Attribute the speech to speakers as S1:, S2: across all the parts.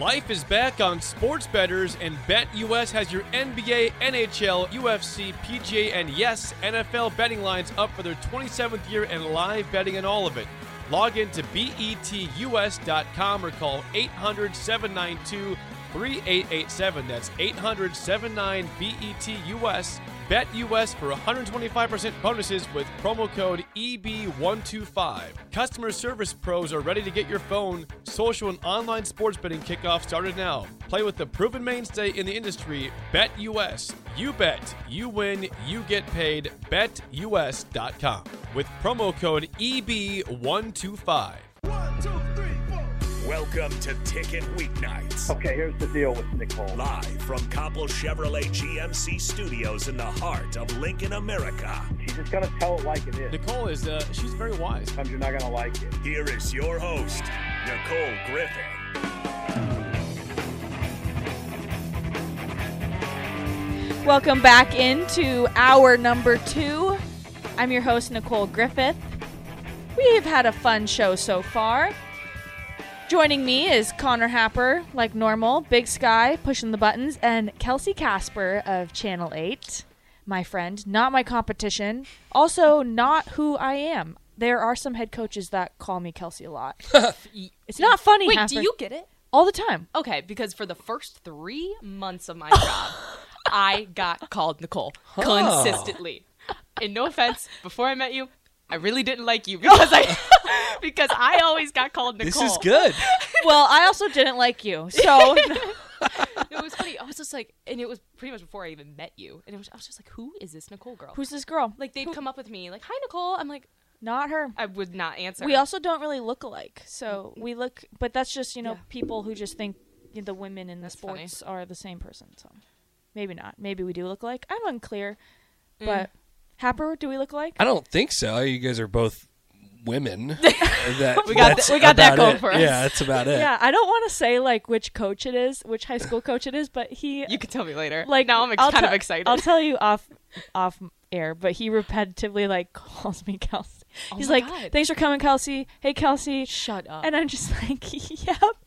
S1: Life is back on Sports Betters, and BetUS has your NBA, NHL, UFC, PGA, and yes, NFL betting lines up for their 27th year and live betting on all of it. Log in to E betus.com or call 800 792 3887. That's 800 79 BETUS. BetUS for 125% bonuses with promo code E EB125. Customer service pros are ready to get your phone, social, and online sports betting kickoff started now. Play with the proven mainstay in the industry, BetUS. You bet, you win, you get paid. BetUS.com with promo code E EB125.
S2: Welcome to Ticket Weeknights,
S3: Okay, here's the deal with Nicole.
S2: live from Copple Chevrolet GMC studios in the heart of Lincoln, America.
S3: She's just gonna tell it like it is.
S1: Nicole is, uh, she's very wise.
S3: Sometimes you're not gonna like it.
S2: Here is your host, Nicole Griffin.
S4: Welcome back into hour number two. I'm your host, Nicole Griffith. We have had a fun show so far. Joining me is Connor Happer, like normal, Big Sky, pushing the buttons, and Kelsey Casper of Channel 8, my friend, not my competition, also not who I am. There are some head coaches that call me Kelsey a lot. it's not funny.
S5: Wait,
S4: Happer.
S5: do you get it?
S4: all the time?
S5: Okay, because for the first three months of my job, I got called Nicole consistently. And no offense, before I met you, I really didn't like you because I because I always got called Nicole.
S6: This is good.
S4: well, I also didn't like you, so
S5: It was funny. I was just like, and it was pretty much before I even met you. And it was, I was just like, who is this Nicole girl?
S4: who's this girl?
S5: like they'd come up with me like, "Hi Nicole." I'm like,
S4: Not her.
S5: I would not answer.
S4: We also don't really look alike. So we look, but that's just, you know,
S5: Mm. Yeah.
S4: people who just think you know, the women in the
S5: That's funny.
S4: sports are the same person. So maybe not. Maybe we do look alike. I'm unclear.
S5: Mm.
S4: But Happer, do we look alike?
S6: I don't think so. You guys are both women. That-
S5: We got
S6: that's
S5: th- we got that
S6: about
S5: going
S6: it.
S5: for us.
S6: Yeah, that's about it.
S4: Yeah, I don't want to say like which coach it is, which high school coach it is, but he
S5: you could tell me later.
S4: like
S5: now, I'm ex-
S4: I'll
S5: kind of
S4: te-
S5: excited.
S4: I'll tell you off off air, but he repetitively like calls me Kelsey. He's
S5: Oh my
S4: like,
S5: God.
S4: "Thanks for coming, Kelsey. Hey, Kelsey."
S5: Shut up.
S4: And I'm just like, "Yep,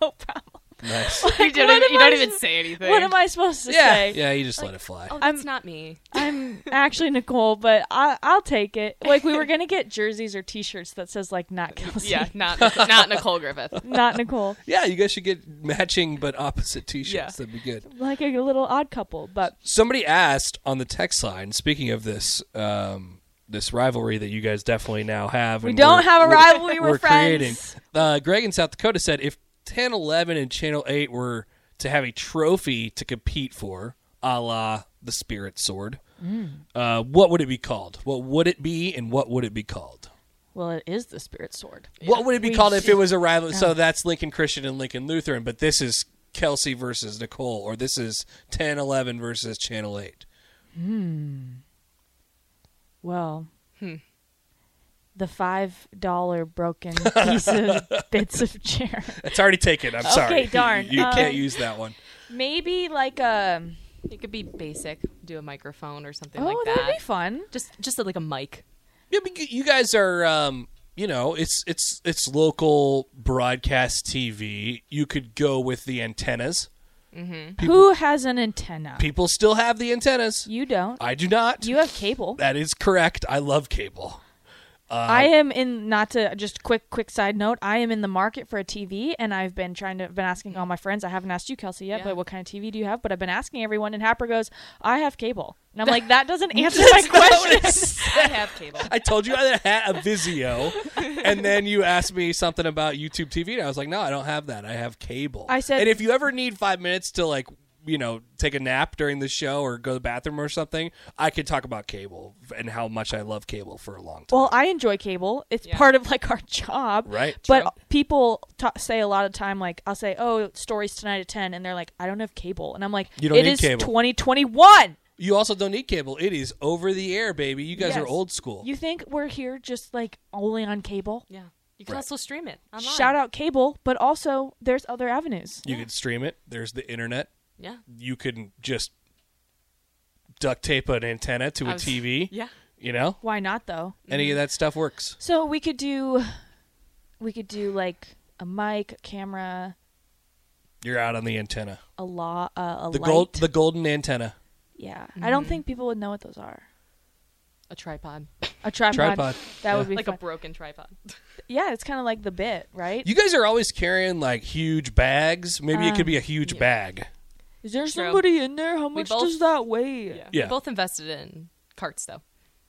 S4: no problem."
S6: Nice.
S5: you
S4: what
S5: don't, even,
S4: am
S5: you
S4: I
S5: don't even
S4: s-
S5: say anything.
S4: What am I supposed to
S6: yeah,
S4: say?
S6: yeah. You just let it fly.
S5: Oh, that's
S4: I'm-
S5: not me.
S4: I'm actually Nicole, but I, I'll take it. Like we were gonna get jerseys or T-shirts that says like not Kelsey,
S5: Yeah, not not Nicole Griffith.
S4: not Nicole,
S6: Yeah, you guys should get matching but opposite T-shirts.
S5: Yeah.
S6: That'd be good.
S4: like a little odd couple. But
S6: Somebody asked on the text line. Speaking of this, um, this rivalry that you guys definitely now have.
S4: we
S6: and
S4: don't
S6: we're-
S4: have a
S6: we're-
S4: rivalry. We're,
S6: creating.
S4: friends.
S6: Uh, Greg in South Dakota said if 10, 11, and Channel 8 were to have a trophy to compete for, a la the Spirit Sword,
S4: Mm.
S6: uh, what would it be called? What would it be, and what would it be called?
S4: Well, it is the spirit sword.
S6: What would it be
S4: We
S6: called if it
S4: should-
S6: was a rival? So that's Lincoln Christian and Lincoln Lutheran, but this is Kelsey versus Nicole, or this is 10, 11 versus Channel 8.
S4: Well, the five dollar broken pieces, bits of chair.
S6: It's already taken. I'm sorry.
S4: Okay, darn.
S6: You, you
S4: Um,
S6: can't use that one.
S4: Maybe like a.
S5: It could be basic. Do a microphone or something
S4: Oh,
S5: like that.
S4: that'd be fun.
S5: Just just like a mic.
S6: Yeah, but you- you guys are, um, you know, it's it's it's local broadcast TV. You could go with the antennas.
S4: Who has an antenna?
S6: People still have the antennas.
S4: You don't.
S6: I do not.
S4: You have cable.
S6: that is correct. I love cable.
S4: I am in not to just quick quick side note. I am in the market for a TV, and I've been trying to been asking all my friends. I haven't asked you, Kelsey, yet. But what kind of TV do you have? But I've been asking everyone, and Happer goes, "I have cable," and I'm like, "That doesn't answer my question."
S5: I have cable.
S6: I told you I had a Vizio, and then you asked me something about YouTube TV, and I was like, "No, I don't have that. I have cable."
S4: I said-
S6: "And if you ever need five minutes to like, you know, take a nap during the show or go to the bathroom or something, I could talk about cable and how much I love cable for a long time."
S4: Well, I enjoy cable. It's part of like our job,
S6: Right.
S4: But people ta say a lot of time, like I'll say, "Oh, stories tonight at 10, and they're like, "I don't have cable," and I'm like,
S6: You don't
S4: "It
S6: need
S4: is
S6: cable."
S4: 2021."
S6: you also don't need cable; it is over the air, baby. You guys
S4: Yes.
S6: are old school.
S4: You think we're here just like only on cable?
S5: Yeah. You can also stream it online.
S4: Shout out cable, but also there's other avenues.
S6: you can stream it. There's the internet.
S5: Yeah.
S6: You can just duct tape an antenna to a
S5: I was-
S6: TV.
S5: Yeah.
S6: You know,
S4: Why not though?
S6: any of that stuff works.
S4: So we could do, we could do like a mic, a camera,
S6: You're out on the antenna.
S4: a law, uh, a
S6: The
S4: light.
S6: gold, the golden antenna.
S4: yeah, I
S5: Mm-hmm.
S4: don't think people would know what those are.
S5: A tripod.
S4: A tripod.
S6: Tripod,
S4: That would be
S5: Like
S4: fun.
S5: a broken tripod.
S4: yeah, it's kind of like the bit, right?
S6: You guys are always carrying like huge bags. Maybe it could be a huge
S4: Um,
S6: bag.
S4: Is there
S5: True.
S4: somebody in there? How much
S5: both-
S4: does that weigh?
S5: We
S6: Yeah.
S5: both invested in carts though.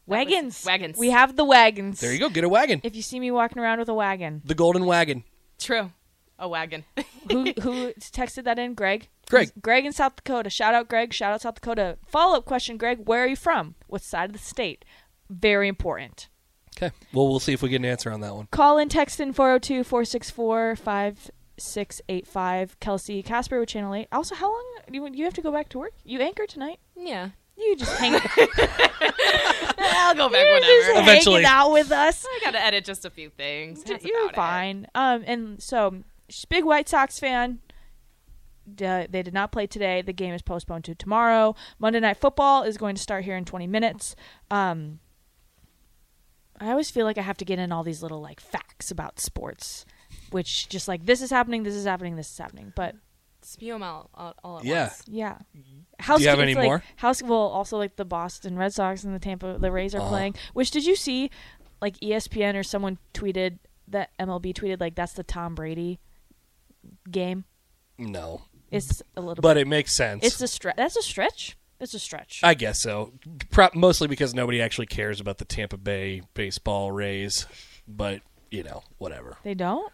S4: Wagons.
S5: Wagons.
S4: We have the wagons.
S6: There you go. Get a wagon.
S4: If you see me walking around with a wagon,
S6: The golden wagon.
S5: True. A wagon.
S4: who who texted that in? Greg.
S6: Greg.
S4: Greg in South Dakota. Shout out Greg. Shout out South Dakota. Follow up question, Greg. Where are you from? What side of the state? Very important.
S6: Okay. Well, we'll see if we get an answer on that one.
S4: Call in, text in 402 464 5685. Kelsey Casper with Channel 8. Also, how long do you, you have to go back to work? You anchor tonight?
S5: yeah.
S4: You just hang
S5: I'll go back
S4: You're just
S5: whenever.
S6: Eventually.
S4: hanging out with us.
S5: I gotta edit just a few things. That's
S4: You're
S5: about it.
S4: fine. Um, and so, she's a big White Sox fan. Duh, they did not play today. The game is postponed to tomorrow. Monday Night Football is going to start here in 20 minutes. Um, I always feel like I have to get in all these little like facts about sports, which just like this is happening, this is happening, this is happening. But
S5: Spew 'em out all, all at
S6: Yeah.
S5: once.
S4: yeah.
S5: Mm-hmm.
S4: House,
S6: have
S4: it's
S6: any
S4: like-
S6: more?
S4: House, well, also like the Boston Red Sox and the Tampa the Rays are
S6: Uh-huh.
S4: playing. Which did you see? Like E ESPN or someone tweeted that MLB tweeted like that's the Tom Brady game.
S6: No,
S4: It's a little.
S6: but it makes sense.
S4: it's a stretch. That's a stretch. It's a stretch.
S6: I guess so. Pro- mostly because nobody actually cares about the Tampa Bay baseball Rays, but you know, whatever.
S4: they don't.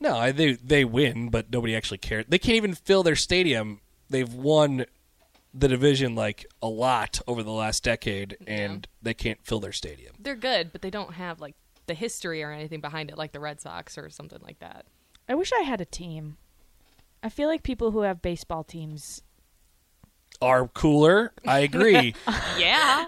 S6: No, I, they they win, but nobody actually cares. They can't even fill their stadium. They've won the division like a lot over the last decade, and they can't fill their stadium.
S5: They're good, but they don't have like the history or anything behind it, like the Red Sox or something like that.
S4: I wish I had a team. I feel like people who have baseball teams.
S6: Are cooler. I agree.
S5: Yeah.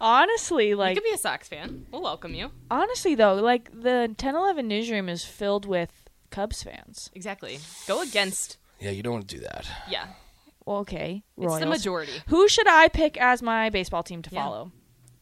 S4: Honestly,
S5: you
S4: like
S5: could be a Sox fan. We'll welcome you.
S4: honestly though, like the 10-11 newsroom is filled with Cubs fans.
S5: Exactly. Go against.
S6: yeah, you don't want to do that.
S5: Yeah.
S4: Well, okay,
S5: It's the
S4: Royals.
S5: majority.
S4: Who should I pick as my baseball team to
S5: Yeah.
S4: follow?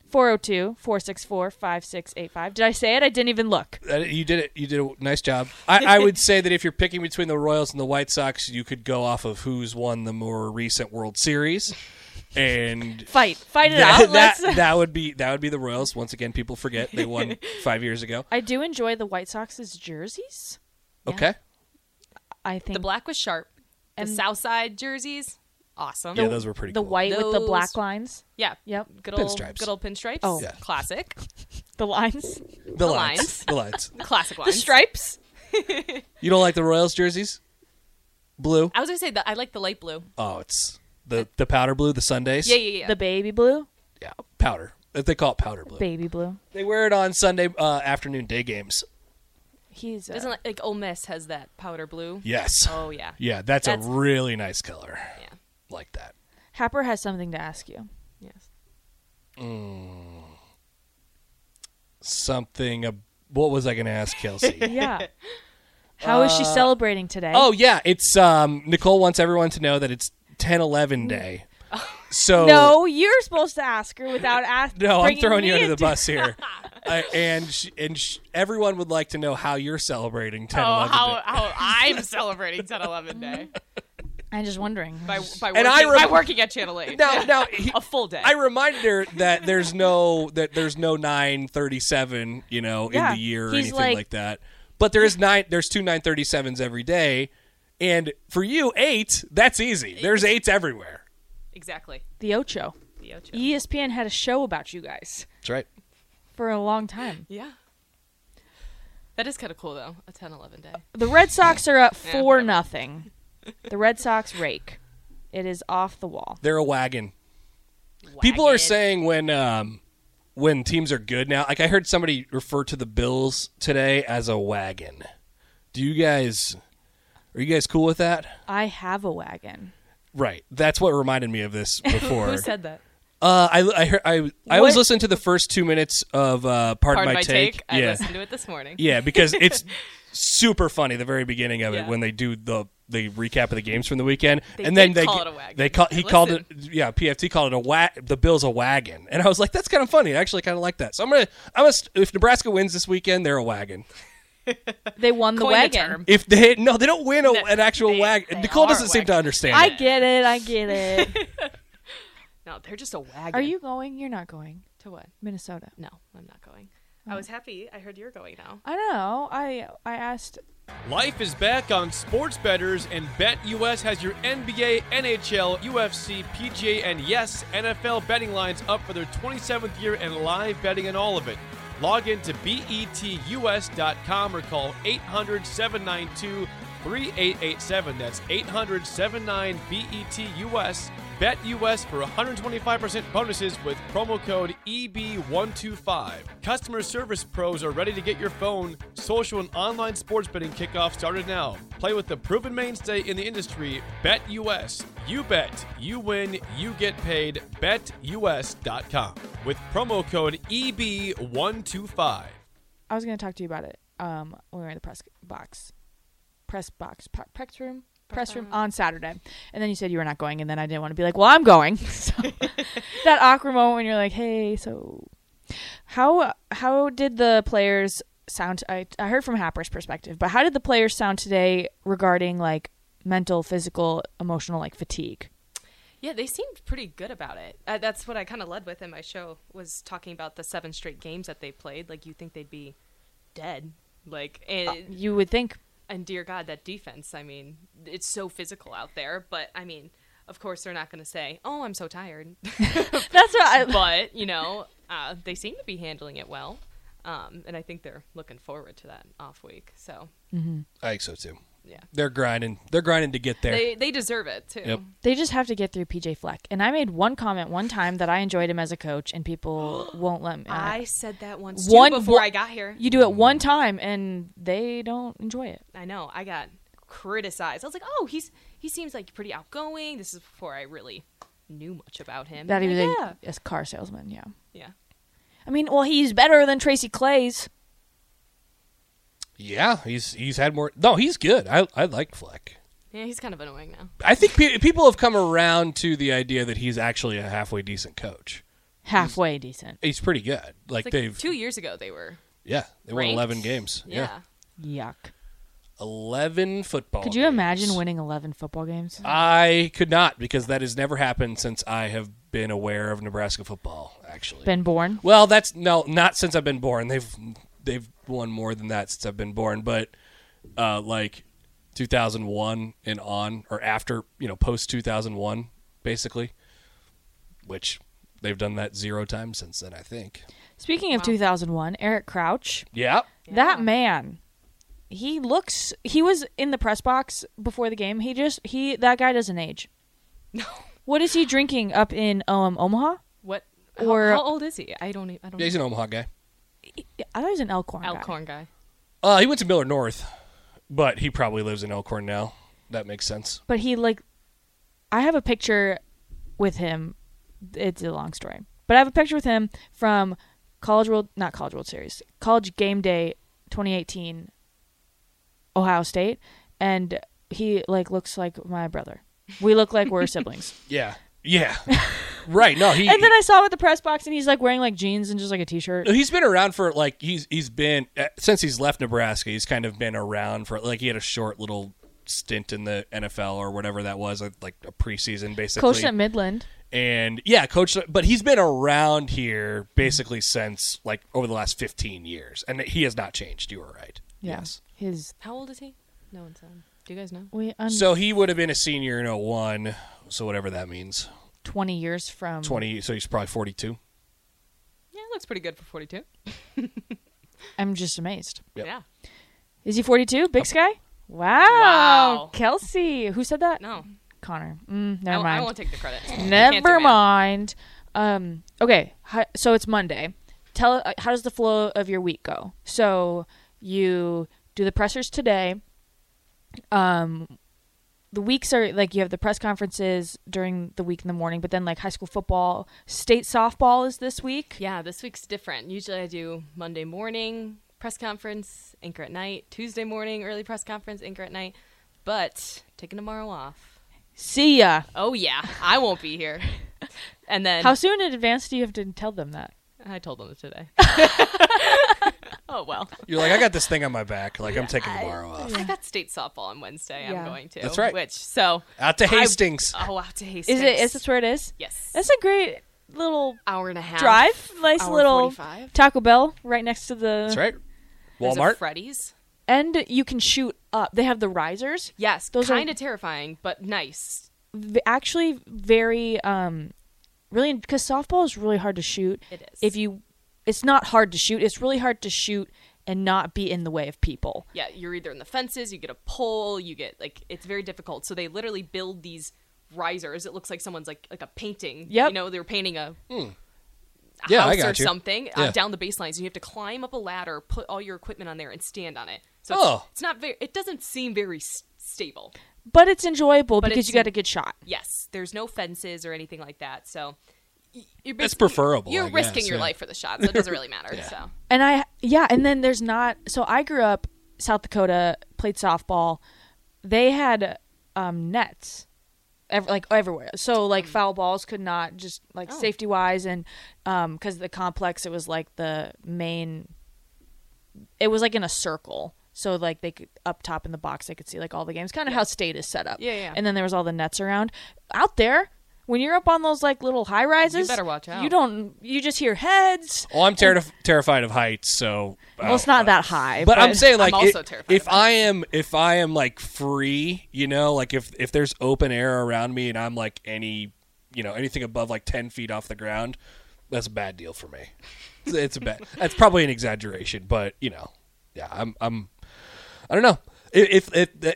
S4: 402 464 5685. Did I say it? I didn't even look.
S6: Uh, You did it. You did a nice job. I, I would say that if you're picking between the Royals and the White Sox, you could go off of who's won the more recent World Series, and
S4: Fight. Fight it
S6: that,
S4: out.
S6: that,
S4: Let's-
S6: that would be that would be the Royals. Once again, people forget they won five years ago.
S4: I do enjoy the White Sox's jerseys.
S6: Okay.
S4: I think
S5: The black was sharp. The
S4: And-
S5: South Side jerseys, awesome.
S6: Yeah, those were pretty.
S4: the
S6: cool.
S4: white with the
S5: Those-
S4: black lines.
S5: Yeah.
S4: Yep.
S5: Good old
S6: Pinstripes.
S5: Good old pinstripes.
S4: Oh.
S6: Yeah.
S5: Classic.
S4: The lines.
S6: the
S5: lines.
S6: lines. The lines.
S5: Classic
S4: The
S5: lines.
S4: stripes.
S6: You don't like the Royals jerseys? Blue.
S5: I was gonna say that I like the light blue.
S6: Oh, it's the the powder blue. The Sundays.
S5: Yeah, yeah, yeah.
S4: The baby blue.
S6: yeah. Powder. They call it powder blue.
S4: Baby blue.
S6: They wear it on Sunday uh, afternoon day games.
S4: He's.
S5: Doesn't
S4: Uh,
S5: like, like Ole Miss has that powder blue.
S6: Yes.
S5: Oh yeah.
S6: Yeah, that's,
S5: That's-
S6: a really nice color.
S5: Yeah.
S6: Like that.
S4: Happer has something to ask you.
S5: Yes.
S6: Something. Ab- what was I going to ask Kelsey?
S4: Yeah. How is she celebrating today?
S6: oh yeah, it's um. Nicole wants everyone to know that it's 10-11 day. So
S4: No, you're supposed to ask her without asking.
S6: No, I'm throwing you under the bus here. I, and sh- and sh- everyone would like to know how you're celebrating 10
S5: Oh,
S6: 11
S5: how,
S6: day.
S5: how I'm celebrating 10 11 day.
S4: I'm just wondering.
S5: by, by, working,
S6: And I rem-
S5: by working at Channel 8.
S6: Now, now he-
S5: a full day.
S6: I reminded her that there's no that there's no nine thirty seven, you know,
S4: Yeah,
S6: in the year or
S4: he's
S6: anything
S4: like-
S6: like, that. But there is nine. There's two nine thirty sevens every day, and for you eight, that's easy. There's eights everywhere.
S5: exactly.
S4: the Ocho.
S5: The Ocho.
S4: ESPN had a show about you guys
S6: That's right.
S4: for a long time.
S5: Yeah. That is kind of cool, though. A 10 11 day.
S4: The Red Sox are up
S5: Yeah,
S4: four nothing. The Red Sox rake. It is off the wall.
S6: They're a wagon. People
S5: Wagon.
S6: are saying when um when teams are good now, like I heard somebody refer to the Bills today as a wagon. Do you guys are you guys cool with that?
S4: I have a wagon.
S6: Right. That's what reminded me of this before.
S5: Who said that?
S6: Uh, I I heard, I, I always
S4: What-
S6: listen to the first two minutes of uh, part
S5: Pardon
S6: of
S5: my,
S6: my,
S5: take. I
S6: Yeah,
S5: listened to it this morning.
S6: yeah, because it's super funny the very beginning of
S5: Yeah.
S6: it when they do the the recap of the games from the weekend,
S5: They
S6: and then
S5: did
S6: they
S5: call
S6: g-
S5: it a wagon.
S6: they call
S5: I
S6: he called it yeah PFT called it a wa- the Bills a wagon, and I was like that's kind of funny. I actually kind of like that. So I'm gonna I'm gonna st- if Nebraska wins this weekend, they're a wagon.
S4: They won the
S5: Coined a
S4: wagon.
S5: term.
S6: If they no, they don't win a, an actual
S5: they-
S6: wagon.
S5: they
S6: Nicole
S5: are
S6: doesn't seem to
S5: wagon.
S6: understand.
S4: I
S6: that.
S4: get it. I get it.
S5: No, they're just a wagon.
S4: Are you going? You're not going.
S5: To what?
S4: Minnesota.
S5: No, I'm not going. I was happy. I heard you're going now.
S4: I know. I I asked.
S1: Life is back on Sports Betters, and BetUS has your NBA, NHL, UFC, PGA, and yes, NFL betting lines up for their 27th year and live betting and all of it. Log in to E betus.com or call 800 792 3887. That's 800 79 BETUS. BetUS for 125% bonuses with promo code E EB125. Customer service pros are ready to get your phone, social, and online sports betting kickoff started now. Play with the proven mainstay in the industry, BetUS. You bet, you win, you get paid. BetUS.com with promo code E EB125.
S4: I was going to talk to you about it. Um, when we were in the press box, press box, pa- press room, press room on Saturday, and then you said you were not going, and then I didn't want to be like, well, I'm going. So that awkward moment when you're like, hey, so how how did the players sound? I I heard from Happer's perspective, but how did the players sound today regarding like mental, physical, emotional, like fatigue?
S5: Yeah, they seemed pretty good about it. Uh, that's what I kind of led with in my show was talking about the seven straight games that they played. Like you think they'd be dead, like and
S4: You would think
S5: and dear God, that defense. I mean, it's so physical out there. But I mean, of course they're not going to say, "Oh, I'm so tired."
S4: that's what I.
S5: but you know, uh, they seem to be handling it well, um, and I think they're looking forward to that off week. So
S6: I think so too.
S5: Yeah.
S6: they're grinding. They're grinding to get there.
S5: they they deserve it too.
S6: Yep.
S4: They just have to get through PJ Fleck. And I made one comment one time that I enjoyed him as a coach, and people won't let me.
S5: I said that once
S4: One-
S5: too before
S4: one-
S5: I got here.
S4: you do it one time, and they don't enjoy it.
S5: I know. I got criticized. I was like, "Oh, he's he seems like pretty outgoing." This is before I really knew much about him.
S4: That he was
S5: yeah.
S4: a, a car salesman. Yeah.
S5: yeah.
S4: I mean, well, he's better than Tracy Clay's.
S6: Yeah, he's he's had more. No, he's good. I I like Fleck.
S5: Yeah, he's kind of annoying now.
S6: I think pe- people have come around to the idea that he's actually a halfway decent coach.
S4: Halfway decent.
S6: He's pretty good.
S5: It's
S6: Like,
S5: like
S6: they've
S5: two years ago they were.
S6: yeah, they won
S5: ranked.
S6: eleven games. Yeah,
S5: Yeah.
S4: Yuck.
S6: eleven football.
S4: Could you
S6: games.
S4: imagine winning 11 football games?
S6: Uh, I could not because that has never happened since I have been aware of Nebraska football. Actually,
S4: Been born?
S6: well, that's no, not since I've been born. They've they've won more than that since I've been born, but uh, like 2001 and on, or after, you know, post 2001, basically, which they've done that zero times since then, I think.
S4: Speaking of 2001, Eric Crouch.
S6: Yeah.
S4: That man, he looks. He was in the press box before the game. He just he that guy doesn't age. No. What is he drinking up in um, Omaha?
S5: What?
S4: Or-
S5: how, how old is he? I don't. e- I don't.
S6: yeah. He's an Omaha guy.
S4: I thought he was an Elkhorn.
S5: know.
S4: guy.
S5: Alcorn guy.
S6: Uh, he went to Miller North, but he probably lives in Elkhorn now. That makes sense.
S4: But he like, I have a picture with him. It's a long story, but I have a picture with him from College World, not College World Series, College Game Day, 2018, Ohio State, and he like looks like my brother. We look like we're siblings.
S6: Yeah. Yeah. right. No, he.
S4: And then I saw him at the press box, and he's like wearing like jeans and just like a t-shirt.
S6: No, he's been around for like he's he's been uh, since he's left Nebraska. He's kind of been around for like he had a short little stint in the NFL or whatever that was, like- like a preseason basically.
S4: Coached at Midland.
S6: and yeah, coach, but he's been around here basically since like over the last 15 years, and he has not changed. You were right.
S4: Yeah.
S6: Yes.
S4: His
S5: How old is he? No one's on. Do you guys know?
S4: we un-
S6: So he would have been a senior in 01, so whatever that means.
S4: twenty years from
S6: 20, so he's probably 42.
S5: Yeah, looks pretty good for 42.
S4: I'm just amazed.
S6: Yep.
S5: Yeah.
S4: Is he 42? Big Sky? Wow.
S5: Wow.
S4: Kelsey. Who said that?
S5: No,
S4: Connor. Mm,
S5: I,
S4: never
S5: I
S4: mind.
S5: won't take the credit. I can't do
S4: never
S5: math.
S4: mind. Um, okay. Hi, so it's Monday. Tell uh, how does the flow of your week go? So you do the pressers today. Um, the weeks are like you have the press conferences during the week in the morning, but then like high school football, state softball is this week.
S5: Yeah, this week's different. Usually I do Monday morning press conference, anchor at night, Tuesday morning early press conference, anchor at night. But taking tomorrow off.
S4: See ya.
S5: Oh yeah, I won't be here. And then
S4: How soon in advance do you have to tell them that?
S5: I told them today. oh well.
S6: You're like, I got this thing on my back. Like, I'm taking tomorrow off.
S5: I got state softball on Wednesday.
S4: Yeah.
S5: I'm going to.
S6: That's right.
S5: Which so
S6: Out to
S5: I-
S6: Hastings.
S5: oh, out to Hastings.
S4: Is it? Is this where it is?
S5: Yes.
S4: That's a great little
S5: hour and a half
S4: drive. Nice
S5: hour
S4: little
S5: 45.
S4: Taco Bell right next to the.
S6: That's right.
S5: There's a
S6: Walmart.
S5: Freddy's.
S4: And you can shoot up. They have the risers.
S5: Yes,
S4: Those are-
S5: kind of terrifying, but nice.
S4: V- Actually, very um, really because softball is really hard to shoot.
S5: It is.
S4: If you, it's not hard to shoot. It's really hard to shoot and not be in the way of people.
S5: Yeah, you're either in the fences, you get a pole, you get like it's very difficult. So they literally build these risers. It looks like someone's like like a painting.
S4: Yep.
S5: you know they're painting a, a
S6: Yeah, I
S5: house
S6: got
S5: or
S6: you.
S5: something
S6: Yeah.
S5: uh, down the baselines. And you have to climb up a ladder, put all your equipment on there, and stand on it. So
S6: Oh.
S5: it's, it's not very. It doesn't seem very s- stable.
S4: But it's enjoyable
S5: But
S4: because
S5: it's-
S4: you got a good shot.
S5: Yes, there's no fences or anything like that. So y- you're
S6: That's
S5: basically-
S6: preferable,
S5: You're
S6: I
S5: risking
S6: guess,
S5: your
S6: yeah.
S5: life for the shot, so it doesn't really matter. So
S4: And I yeah, and then there's not so I grew up South Dakota, played softball. They had um nets ev- like everywhere. So
S5: Hmm.
S4: like foul balls could not just like
S5: Oh.
S4: safety wise and um cuz the complex it was like the main it was like in a circle. So like they could up top in the box they could see like all the games kind of how state is set up.
S5: Yeah, yeah.
S4: And then there was all the nets around out there. When you're up on those like little high rises,
S5: better watch
S4: You
S5: out.
S4: don't. You just hear heads.
S6: Well, I'm terri terrified of heights, so.
S4: Well, it's not that high.
S6: Oh, But, I'm saying, like,
S5: I'm also
S6: it-
S5: terrified
S6: if
S5: of
S6: I am, if I am like free, you know, like if if there's open air around me and I'm like any, you know, anything above like ten feet off the ground, that's a bad deal for me. It's, it's a bad. that's probably an exaggeration, but you know, yeah, I'm, I'm, I don't know. If if if,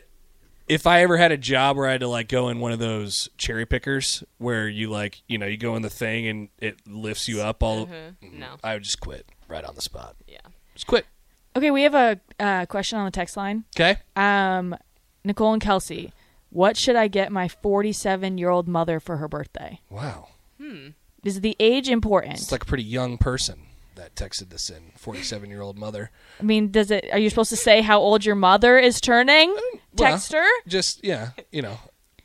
S6: if I ever had a job where I had to like go in one of those cherry pickers where you like, you know, you go in the thing and it lifts you up all.
S5: Mm-hmm.
S6: Mm-hmm.
S5: no,
S6: I would just quit right on the spot.
S5: yeah.
S6: Just quit.
S4: Okay, we have a uh, question on the text line.
S6: Okay.
S4: Um, Nicole and Kelsey, what should I get my 47 year old mother for her birthday?
S6: Wow.
S4: Is the age important?
S6: It's like a pretty young person that texted this in. Forty-seven-year-old mother.
S4: I mean, does it? Are you supposed to say how old your mother is turning?
S6: Uh, well-
S4: Text her.
S6: Just yeah, you know.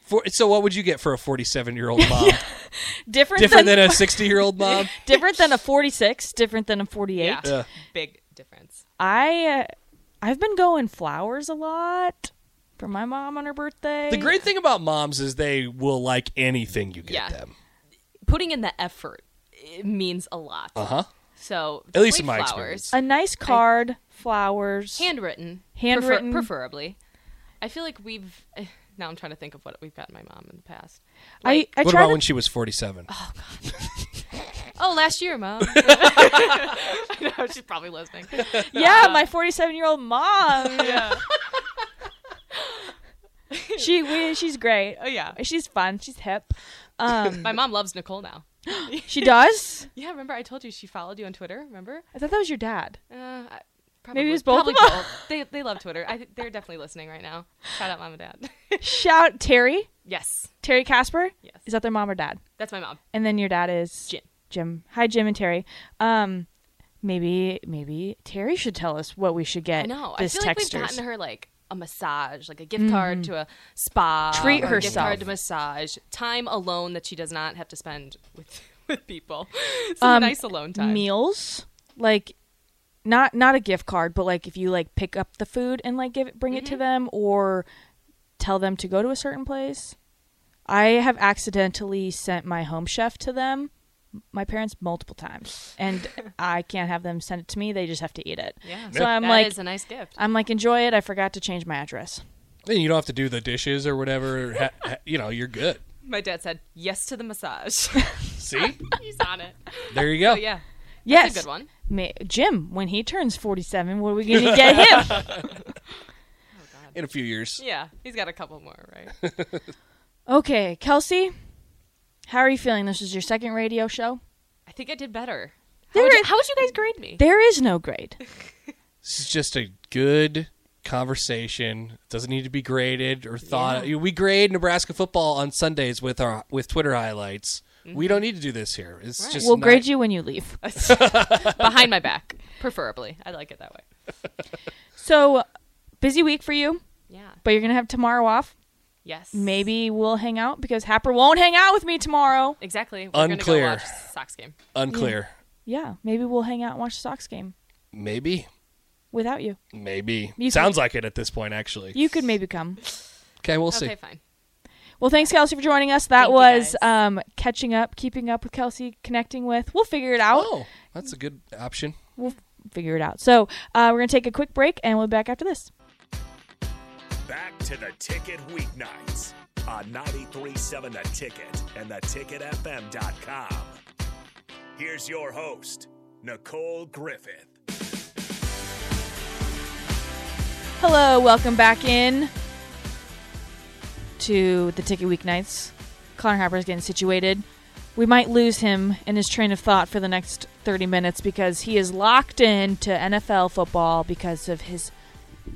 S6: For, so what would you get for a forty-seven-year-old mom?
S4: Different, than,
S6: Different than a sixty-year-old mom.
S4: different than a 46. Different than a 48.
S5: yeah,
S6: Yeah.
S5: big difference.
S4: I, uh, I've been going flowers a lot for my mom on her birthday.
S6: The great thing about moms is they will like anything you get
S5: Yeah.
S6: them.
S5: Putting in the effort it means a lot.
S6: Uh huh.
S5: So
S6: At least
S5: plate
S6: in my
S5: flowers,
S6: experience.
S4: A nice card, flowers.
S5: handwritten,
S4: Handwritten.
S5: prefer- preferably. I feel like we've. eh, Now I'm trying to think of what we've gotten my mom in the past.
S4: I, I
S6: What
S4: try
S6: about
S4: to
S6: when she was forty-seven?
S5: Oh, last year, mom. I know she's probably listening.
S4: Yeah, my 47 year old mom. she we, she's great.
S5: Oh yeah,
S4: She's fun. She's hip. Um,
S5: my mom loves Nicole now.
S4: she does.
S5: Yeah, remember I told you she followed you on Twitter. Remember?
S4: I thought that was your dad.
S5: Uh, I- probably,
S4: Maybe it was both
S5: Probably
S4: of them.
S5: both. They they love Twitter. I, think they're definitely listening right now. Shout out, mom and dad.
S4: Shout Terry,
S5: yes,
S4: Terry Casper.
S5: Yes.
S4: Is that their mom or dad?
S5: that's my mom.
S4: And then your dad is
S5: Jim.
S4: Jim. Hi, Jim and Terry. Um, maybe maybe Terry should tell us what we should get.
S5: I know. I
S4: This
S5: feel like we've
S4: texters. Mm-hmm.
S5: gotten her like a massage, like a gift card to a spa,
S4: Treat
S5: or a gift
S4: herself.
S5: card to massage, time alone that she does not have to spend with with people. Some
S4: Um,
S5: nice alone time.
S4: meals like not
S5: Mm-hmm.
S4: not a gift card but like if you like pick up the food and like give it bring it to them or tell them to go to a certain place. I have accidentally sent my home chef to them, my parents multiple times, and I can't have them send it to me. They just have to eat it.
S5: Yeah.
S4: So I'm
S5: That
S4: like,
S5: is a nice gift.
S4: I'm like, enjoy it. I forgot to change my address.
S6: Then you don't have to do the dishes or whatever. Ha- ha- you know, you're good.
S5: My dad said yes to the massage.
S6: See,
S5: He's on it.
S6: there you go.
S5: But Oh, yeah,
S4: Yes,
S5: that's a good one.
S4: Ma- Jim, when he turns 47, what are we going to get him?
S6: In a few years,
S5: Yeah, he's got a couple more, right?
S4: okay, Kelsey, how are you feeling? This is your second radio show.
S5: I think I did better. How
S4: There
S5: would, you,
S4: is-
S5: how would you guys grade me?
S4: There is no grade.
S6: this is just a good conversation. It doesn't need to be graded or thought. We grade Nebraska football on Sundays with our with Twitter highlights. We don't need to do this here. It's just
S4: We'll
S6: not-
S4: grade you when you leave.
S5: Behind my back, preferably. I like it that way.
S4: So, busy week for you,
S5: Yeah.
S4: but you're going to have tomorrow off.
S5: Yes.
S4: Maybe we'll hang out because Happer won't hang out with me tomorrow.
S5: Exactly. We're
S6: Unclear.
S5: Gonna go watch Sox game.
S6: unclear.
S4: Yeah, maybe we'll hang out and watch the Sox game
S6: Maybe,
S4: without you.
S6: maybe.
S4: You
S6: Sounds like it at this point, actually.
S4: You could maybe come.
S6: okay, we'll see.
S5: Okay, fine.
S4: Well, thanks, Kelsey, for joining us. That
S5: Thank you,
S4: was
S5: guys.
S4: um, catching up, keeping up with Kelsey, connecting with. We'll figure it out.
S6: Oh, that's a good option.
S4: we'll figure it out. So uh, we're going to take a quick break and we'll be back after this.
S2: Back to the ticket weeknights on 937 The Ticket and theticketfm.com. Here's your host, Nicole Griffith.
S4: Hello, welcome back in to the Ticket Weeknights. Connor Harper's getting situated. We might lose him in his train of thought for the next 30 minutes because he is locked in to NFL football because of his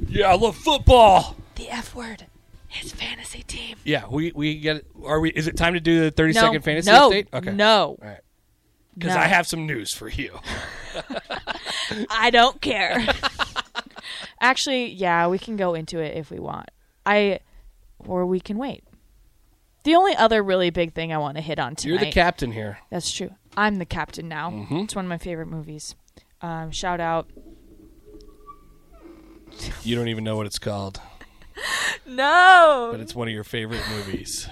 S6: Yeah, I love football.
S4: the F word, his fantasy team.
S6: Yeah, we we get. Are we? Is it time to do the thirty
S4: No,
S6: second fantasy
S4: no,
S6: update? Okay.
S4: no,
S6: All right. Because
S4: No.
S6: I have some news for you.
S4: I don't care. Actually, yeah, we can go into it if we want. I or we can wait. The only other really big thing I want to hit on tonight.
S6: You're the captain here.
S4: That's true. I'm the captain now.
S6: Mm-hmm.
S4: It's one of my favorite movies. Um, shout out.
S6: You don't even know what it's called,
S4: No,
S6: but it's one of your favorite movies.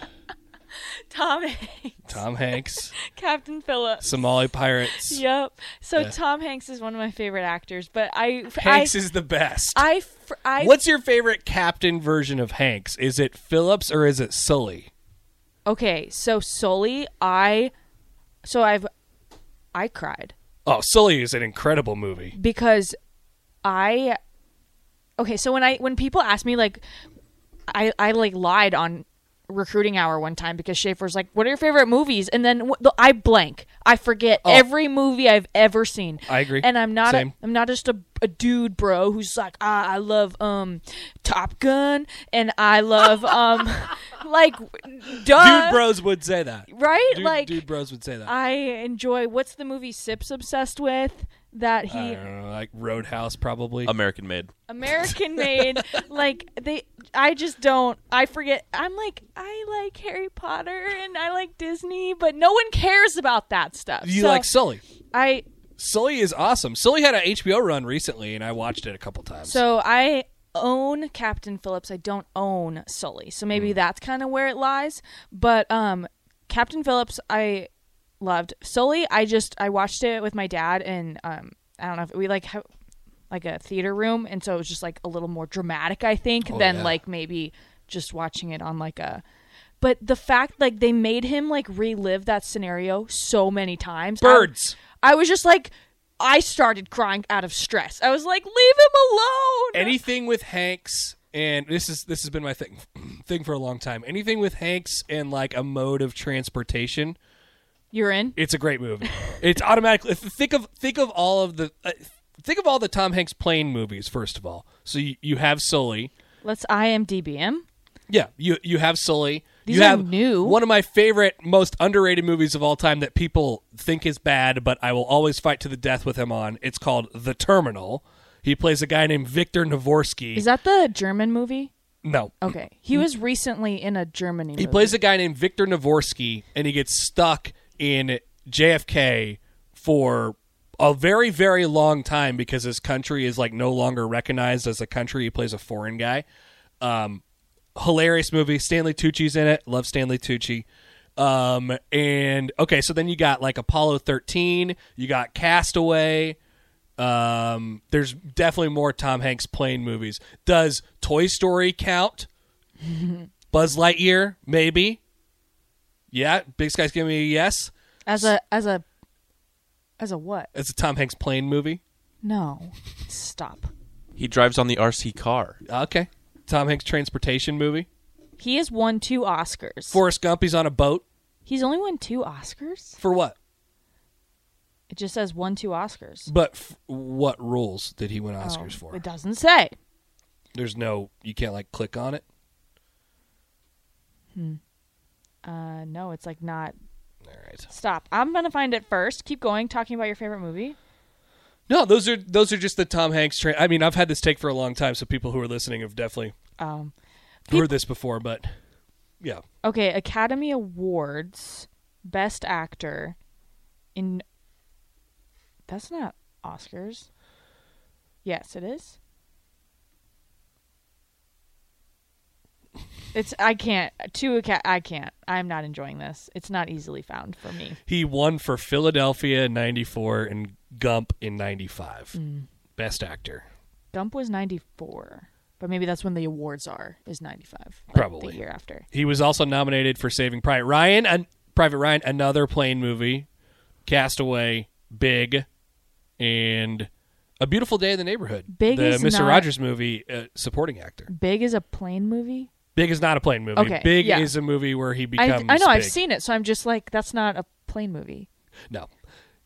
S4: Tom Hanks,
S6: Tom Hanks,
S4: Captain Phillips.
S6: Somali pirates.
S4: Yep. So
S6: Yeah.
S4: Tom Hanks is one of my favorite actors, but I
S6: Hanks
S4: I,
S6: is the best.
S4: I, fr- I
S6: What's your favorite captain version of Hanks? Is it Phillips or is it Sully?
S4: okay? So solely I, so I've, I cried.
S6: Oh, Sully is an incredible movie.
S4: because I okay, so when I when people ask me like I I like lied on recruiting hour one time because Schaefer's like, "What are your favorite movies?" and then wh- the- I blank. I forget every movie I've ever seen.
S6: Oh. I agree.
S4: And I'm not a,
S6: Same.
S4: I'm not just a, a dude bro who's like, "Ah, I love um Top Gun and I love um like duh,
S6: dude Bros would say that.
S4: Uh, right?
S6: Dude,
S4: like
S6: dude Bros would say that.
S4: I enjoy what's the movie Sips obsessed with that he
S6: I don't know, like Roadhouse probably.
S7: American made.
S4: American made. like they, I just don't. I forget. I'm like, I like Harry Potter and I like Disney, but no one cares about that stuff.
S6: you
S4: So
S6: like Sully?
S4: I.
S6: Sully is awesome. Sully had an HBO run recently, and I watched it a couple times.
S4: So I own Captain Phillips. I don't own Sully. So maybe
S6: Mm.
S4: that's kind of where it lies. But um, Captain Phillips, I loved Sully. I just I watched it with my dad, and um, I don't know if we like. Have, like a theater room and so it was just like a little more dramatic i think than
S6: Oh, yeah.
S4: like maybe just watching it on like a but the fact like they made him like relive that scenario so many times I-
S6: Birds.
S4: i, was just like i started crying out of stress i was like leave him alone
S6: anything with Hanks and this is this has been my thing thing for a long time. Anything with Hanks and like a mode of transportation,
S4: you're in
S6: it's a great movie. it's automatically think of think of all of the uh, think of all the Tom Hanks plane movies first of all. So you, you have Sully.
S4: let's imdb him
S6: Yeah, you you have Sully.
S4: These
S6: you
S4: are
S6: have
S4: new.
S6: One of my favorite, most underrated movies of all time that people think is bad, but I will always fight to the death with him on. It's called The Terminal. He plays a guy named Victor Navorsky.
S4: is that the german movie
S6: no,
S4: okay he was recently in a germany
S6: He
S4: movie.
S6: plays a guy named Victor Navorsky, and he gets stuck in JFK for a very, very long time because his country is like no longer recognized as a country. He plays a foreign guy. Um, hilarious movie. Stanley Tucci's in it. Love Stanley Tucci. Um, and okay, so then you got like Apollo 13, you got Castaway. Um, there's definitely more Tom Hanks plane movies. Does Toy Story count? Buzz Lightyear, maybe. Yeah, Big Sky's giving me a yes.
S4: As a as a as a what?
S6: It's a Tom Hanks plane movie.
S4: No. Stop.
S7: He drives on the RC car.
S6: Uh, Okay. Tom Hanks transportation movie.
S4: He has won two Oscars.
S6: Forrest Gump, he's on a boat.
S4: He's only won two Oscars?
S6: For what?
S4: It just says won two Oscars.
S6: But f- what roles did he win Oscars
S4: Oh,
S6: for?
S4: It doesn't say.
S6: There's no, you can't like click on it.
S4: Uh no, it's like not
S6: All right.
S4: stop. I'm gonna find it first. Keep going, talking about your favorite movie.
S6: No, those are those are just the Tom Hanks. Tra- I mean, I've had this take for a long time, so people who are listening have definitely
S4: Um
S6: heard this before. But yeah,
S4: Okay, Academy Awards, Best Actor in. That's not Oscars. Yes, it is. It's I can't two Aca- I can't. I'm not enjoying this. It's not easily found for me.
S6: he won for Philadelphia in '94 and Gump in '95.
S4: Mm.
S6: Best actor,
S4: Gump was 94, but maybe that's when the awards are is 95. like,
S6: Probably.
S4: the year after.
S6: He was also nominated for Saving Private Ryan, an, Private Ryan, another plane movie, Castaway, Big, and A Beautiful Day in the Neighborhood.
S4: Big
S6: the
S4: is
S6: Mr.
S4: not-
S6: Rogers movie, uh, supporting actor.
S4: Big is a plane movie.
S6: Big is not a plane movie.
S4: Okay,
S6: Big
S4: yeah.
S6: is a movie where he
S4: I
S6: becomes.
S4: I know I've
S6: Big.
S4: seen it, so I'm just like that's not a plane movie.
S6: No,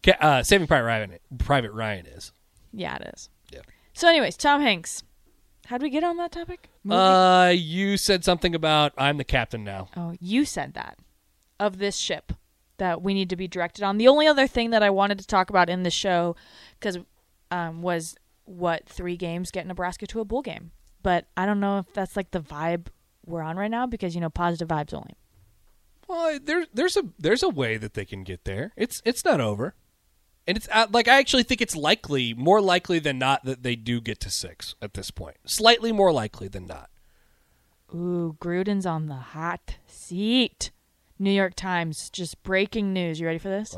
S6: Ca- uh, Saving Private Ryan. Private Ryan is.
S4: Yeah, it is.
S6: Yeah.
S4: So, anyways, Tom Hanks. How'd we get on that topic?
S6: Uh, you said something about I'm the captain now.
S4: oh, you said that of this ship that we need to be directed on. The only other thing that I wanted to talk about in the show, because um, was what three games get Nebraska to a bowl game. But I don't know if that's like the vibe we're on right now because you know positive vibes only.
S6: Well, there's there's a there's a way that they can get there. It's it's not over, and it's uh, like I actually think it's likely, more likely than not, that they do get to six at this point. Slightly more likely than not.
S4: Ooh, Gruden's on the hot seat. New York Times just breaking news. You ready for this?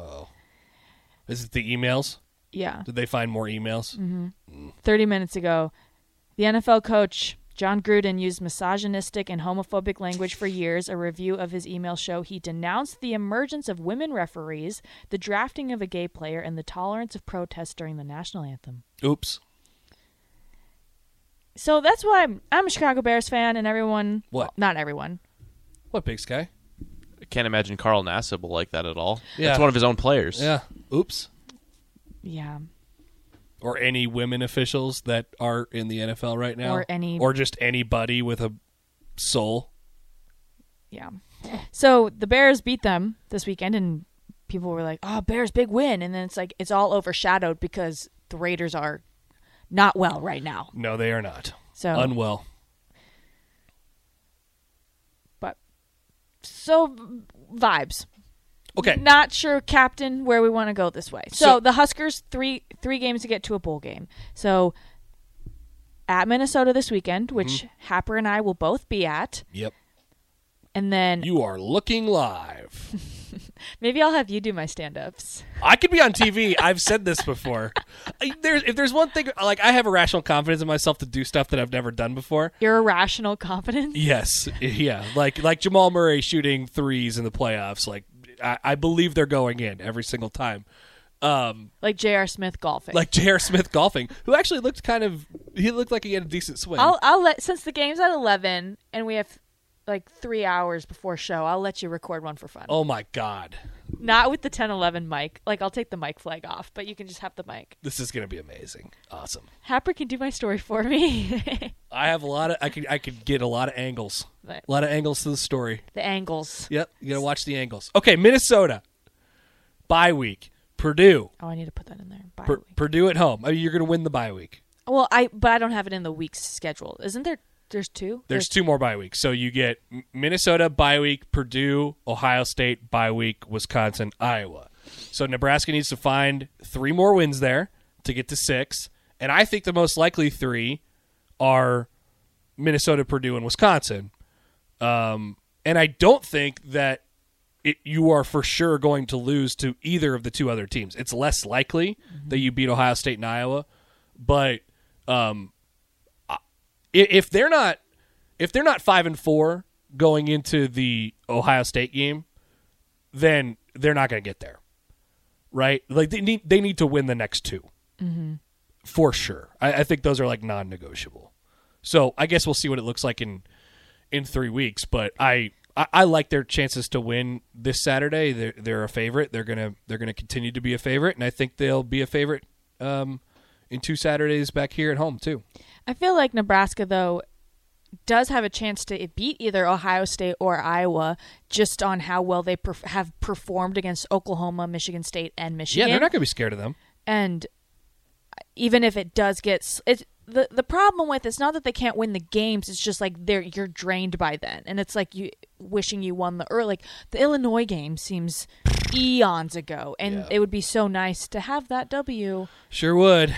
S6: Is it the emails?
S4: yeah.
S6: Did they find more emails?
S4: 30 minutes ago. The NFL coach, John Gruden, used misogynistic and homophobic language for years. A review of his email show he denounced the emergence of women referees, the drafting of a gay player, and the tolerance of protests during the national anthem.
S6: Oops.
S4: So that's why I'm, I'm a Chicago Bears fan, and everyone.
S6: What?
S4: Not everyone.
S6: What big sky?
S7: I can't imagine Carl Nassib will like that at all.
S6: Yeah.
S7: That's one of his own players.
S6: Yeah. Oops.
S4: Yeah.
S6: Or any women officials that are in the NFL right now,
S4: Or any-
S6: or just anybody with a soul.
S4: Yeah. So the Bears beat them this weekend, and people were like, oh, Bears, big win. And then it's like, it's all overshadowed because the Raiders are not well right now.
S6: No, they are not.
S4: So-
S6: unwell.
S4: but so v- vibes.
S6: Okay.
S4: Not sure, Captain, where we want to go this way. So,
S6: So-
S4: the Huskers three three games to get to a bowl game. So at Minnesota this weekend, which
S6: Mm-hmm.
S4: Happer and I will both be at,
S6: Yep.
S4: and then
S6: You are looking live.
S4: maybe I'll have you do my stand ups.
S6: I could be on TV. I've said this before. I- There's, if there's one thing, like I have irrational confidence in myself to do stuff that I've never done before.
S4: Irrational confidence.
S6: Yes, yeah, like like Jamal Murray shooting threes in the playoffs. Like I, I believe they're going in every single time. Um,
S4: Like J.R. Smith golfing.
S6: like J.R. Smith golfing, who actually looked kind of, he looked like he had a decent swing.
S4: I'll I'll let since the game's at eleven and we have like three hours before show, I'll let you record one for fun.
S6: oh my god,
S4: Not with the 10-11 mic. Like I'll take the mic flag off, but you can just have the mic.
S6: this is gonna be amazing, awesome.
S4: Happer can do my story for me.
S6: I have a lot of, I could I could get a lot of angles, a
S4: Right.
S6: lot of angles to the story.
S4: the angles.
S6: Yep, you gotta watch the angles. Okay, Minnesota bye week. Purdue,
S4: Oh, I need to put that in there. Bye
S6: Pur-
S4: week.
S6: Purdue at home. I mean, you're gonna win the bye week.
S4: Well, I but I don't have it in the week's schedule. Isn't there? There's two.
S6: There's two more bye weeks, so you get M- Minnesota bye week, Purdue, Ohio State bye week, Wisconsin, Iowa. So Nebraska needs to find three more wins there to get to six, and I think the most likely three are Minnesota, Purdue, and Wisconsin. Um, and I don't think that it, you are for sure going to lose to either of the two other teams. It's less likely that you beat Ohio State and Iowa, but um, I- if they're not if they're not five and four going into the Ohio State game, then they're not going to get there, right? Like they need they need to win the next 2 for sure. I, I think those are like non-negotiable. So I guess we'll see what it looks like in in three weeks. But I I, I like their chances to win this Saturday. They're, they're a favorite. They're gonna they're gonna continue to be a favorite, and I think they'll be a favorite um, in two Saturdays back here at home too.
S4: I feel like Nebraska though does have a chance to beat either Ohio State or Iowa just on how well they perf- have performed against Oklahoma, Michigan State, and
S6: Yeah,
S4: Michigan.
S6: they're not gonna be scared of them.
S4: and even if it does get s- it the the problem with it's not that they can't win the games it's just like they're you're drained by then and it's like you wishing you won the early like the illinois game seems eons ago and it would be so nice to have that w
S6: Sure would.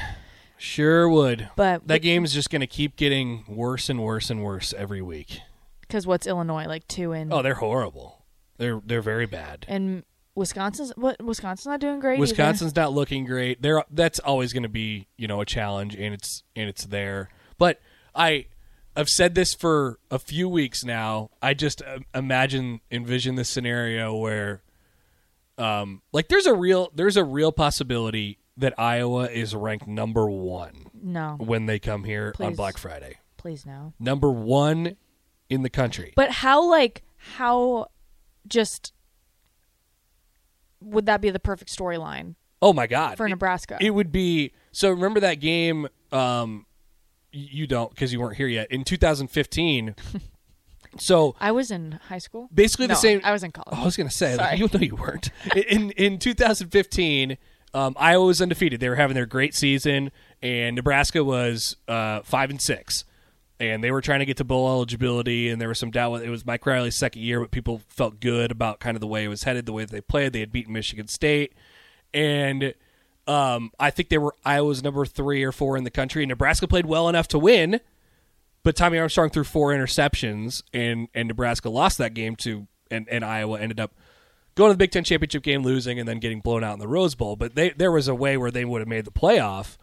S6: Sure would.
S4: But-
S6: that game's just going to keep getting worse and worse and worse every week.
S4: because what's illinois like two in
S6: Oh, they're horrible. They're they're very bad.
S4: and wisconsin's what wisconsin's not doing great either.
S6: Wisconsin's not looking great. There, that's always going to be you know a challenge, and it's and it's there. But I, I've said this for a few weeks now. I just uh, imagine envision this scenario where, um, like there's a real there's a real possibility that Iowa is ranked number one
S4: no
S6: when they come here on
S4: Please.
S6: Black Friday.
S4: please no
S6: Number one in the country.
S4: But how like how just would that be the perfect storyline
S6: oh my God!
S4: for
S6: It-
S4: Nebraska?
S6: It would be so. Remember that game? Um, y- you don't because you weren't here yet in 2015. so
S4: I was in high school.
S6: basically the
S4: No,
S6: same.
S4: I was in
S6: Oh,
S4: college.
S6: I was gonna say like, you know you weren't in in 2015. Um, Iowa was undefeated. They were having their great season, and Nebraska was uh, five and six, and they were trying to get to bowl eligibility. And there was some doubt. whether- It was Mike Riley's second year, but people felt good about kind of the way it was headed, the way that they played. They had beaten Michigan State, and um, I think they were Iowa's number three or four in the country. And Nebraska played well enough to win, but Tommy Armstrong threw four interceptions, and and Nebraska lost that game to, and and Iowa ended up going to the Big Ten championship game, losing, and then getting blown out in the Rose Bowl. But they there was a way where they would have made the playoff.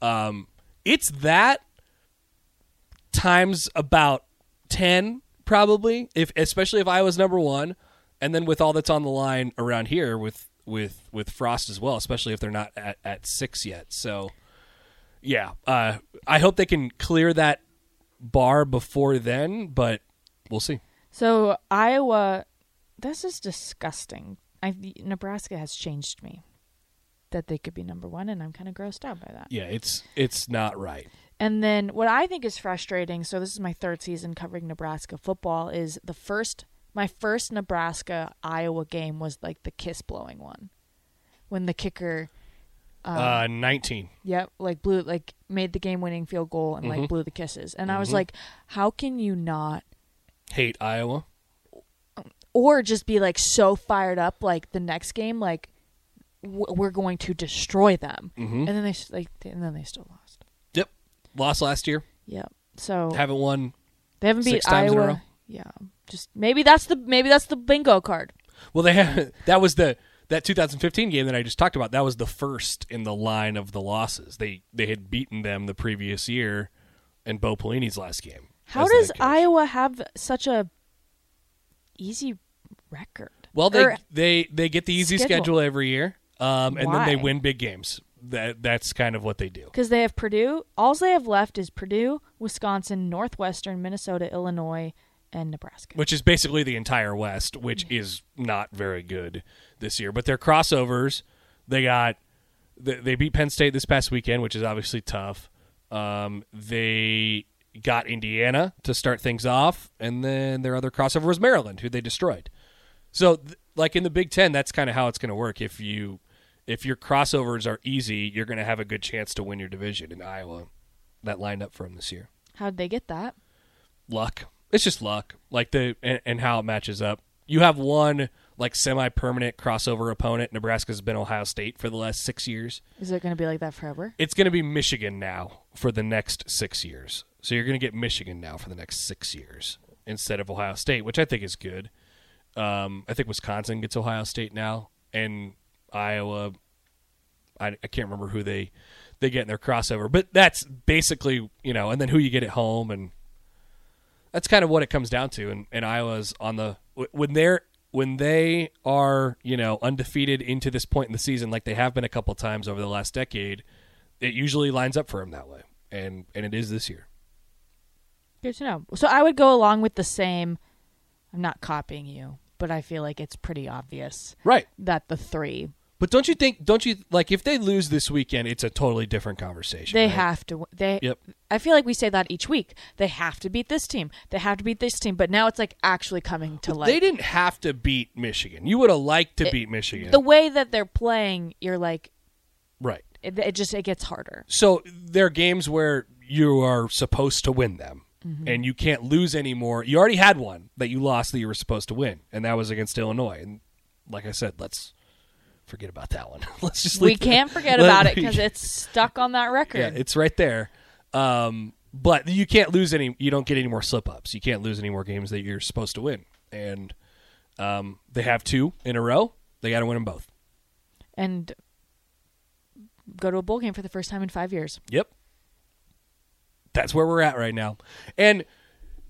S6: Um, it's that times about ten, probably, if especially if Iowa's number one, and then with all that's on the line around here with with with Frost as well, especially if they're not at, at six yet. So, yeah, uh, I hope they can clear that bar before then, but we'll see.
S4: So Iowa, this is disgusting. I Nebraska has changed me. That they could be number one, and I'm kind of grossed out by that.
S6: Yeah, it's it's not right.
S4: And then what I think is frustrating, so this is my third season covering Nebraska football, is the first my first Nebraska Iowa game was like the kiss blowing one. When the kicker
S6: uh, nineteen.
S4: Yep, like blew like made the game winning field goal and
S6: Mm-hmm.
S4: like blew the kisses. And I was like, how can you not
S6: Hate Iowa.
S4: or just be like so fired up like the next game like w- we're going to destroy them.
S6: Mm-hmm.
S4: And then they s- like and then they still lost.
S6: Yep. Lost last year.
S4: Yep. So
S6: Haven't won.
S4: They haven't beat
S6: Six times in a
S4: Iowa.
S6: row?
S4: Yeah, just maybe that's the maybe that's the bingo card.
S6: Well, they have. That was the that 2015 game that I just talked about. That was the first in the line of the losses. They they had beaten them the previous year, in Bo Pelini's last game.
S4: How
S6: as the
S4: does
S6: head coach.
S4: Iowa have such a easy record?
S6: Well, they
S4: Or-
S6: they they get the easy
S4: Er, Schedule.
S6: schedule, every year, um, and then they
S4: Why?
S6: win big games. That that's kind of what they do.
S4: because they have Purdue. All they have left is Purdue, Wisconsin, Northwestern, Minnesota, Illinois, and Nebraska.
S6: which is basically the entire West, which is not very good this year. But their crossovers, they got they, they beat Penn State this past weekend, which is obviously tough. Um, they got Indiana to start things off, and then their other crossover was Maryland, who they destroyed. So, th- like in the Big Ten, that's kind of how it's going to work. If you if your crossovers are easy, you're going to have a good chance to win your division. In Iowa, that lined up for them this year
S4: How'd they get that?
S6: luck. It's just luck, like the and, and how it matches up. You have one like semi-permanent crossover opponent. Nebraska's been Ohio State for the last six years.
S4: Is it going to be like that forever?
S6: It's going to be Michigan now for the next six years. So you're going to get Michigan now for the next six years. instead of Ohio State, which I think is good. Um, I think Wisconsin gets Ohio State now, and Iowa. I, I can't remember who they they get in their crossover, but that's basically you know, and then who you get at home, and that's kind of what it comes down to. And, and Iowa's on the wh- when they're when they are you know undefeated into this point in the season, like they have been a couple times over the last decade, it usually lines up for them that way, and and it is this year.
S4: Good to know. So I would go along with the same. I'm not copying you, but I feel like it's pretty obvious
S6: Right.
S4: that the three
S6: But don't you think? Don't you like if they lose this weekend, it's a totally different conversation.
S4: they
S6: right?
S4: have to. They.
S6: Yep.
S4: I feel like we say that each week. They have to beat this team. They have to beat this team. But now it's like actually coming to light.
S6: they didn't have to beat Michigan. You would have liked to beat Michigan,
S4: The way that they're playing, you're like,
S6: right?
S4: it, it just it gets harder.
S6: So there are games where you are supposed to win them,
S4: Mm-hmm.
S6: and you can't lose anymore. You already had one that you lost that you were supposed to win, and that was against Illinois. And like I said, let's forget about that one. let's just
S4: We
S6: leave that-
S4: can't forget
S6: let-
S4: about it because it's stuck on that record.
S6: Yeah, it's right there. Um, but you can't lose any. You don't get any more slip ups. You can't lose any more games that you're supposed to win. And um, they have two in a row. They got to win them both.
S4: and go to a bowl game for the first time in five years.
S6: Yep. That's where we're at right now. And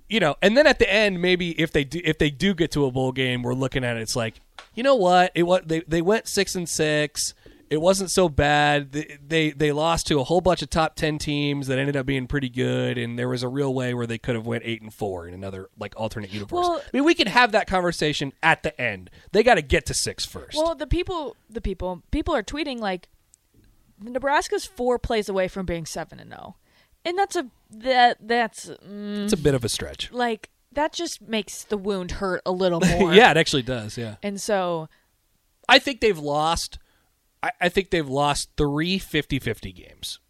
S6: you know, and then at the end, maybe if they do, if they do get to a bowl game, we're looking at it. It's like, you know what? It what they they went six and six. It wasn't so bad. They, they they lost to a whole bunch of top ten teams that ended up being pretty good, and there was a real way where they could have went eight and four in another like alternate universe.
S4: Well-
S6: I mean, we could have that conversation at the end. They got to get to six first.
S4: Well, the people, the people, people are tweeting like Nebraska's four plays away from being seven and zero, and that's a that that's mm,
S6: it's a bit of a stretch.
S4: like that just makes the wound hurt a little more.
S6: yeah, it actually does. Yeah.
S4: and so
S6: I think they've lost. I, I think they've lost three 50-50 games.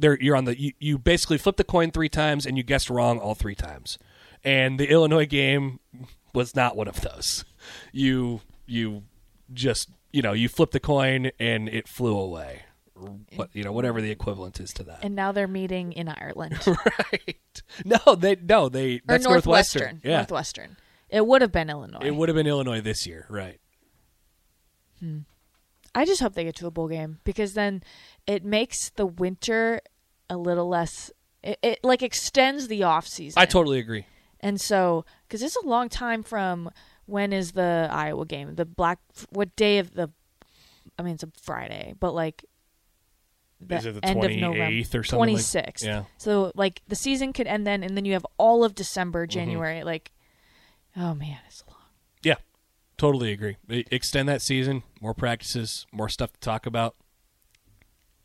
S6: They're, you're on the you, you basically flip the coin three times and you guessed wrong all three times, and the Illinois game was not one of those. You you just you know you flip the coin and it flew away, or what you know whatever the equivalent is to that.
S4: and now they're meeting in Ireland
S6: right? No, they no they
S4: or
S6: that's Northwestern. Yeah,
S4: Northwestern. It would have been Illinois.
S6: it would have been Illinois this year, right?
S4: I just hope they get to a bowl game because then it makes the winter a little less. It, it like extends the off season.
S6: I totally agree.
S4: And so, because it's a long time from when is the Iowa game? The black, what day of the? I mean, it's a Friday, but like the,
S6: Is it the
S4: end of
S6: 28th
S4: November,
S6: or something like-
S4: 26th.
S6: Yeah.
S4: So like the season could end then, and then you have all of December,
S6: Mm-hmm.
S4: January. Like, oh man, it's long.
S6: Yeah, totally agree. E- Extend that season, more practices, more stuff to talk about.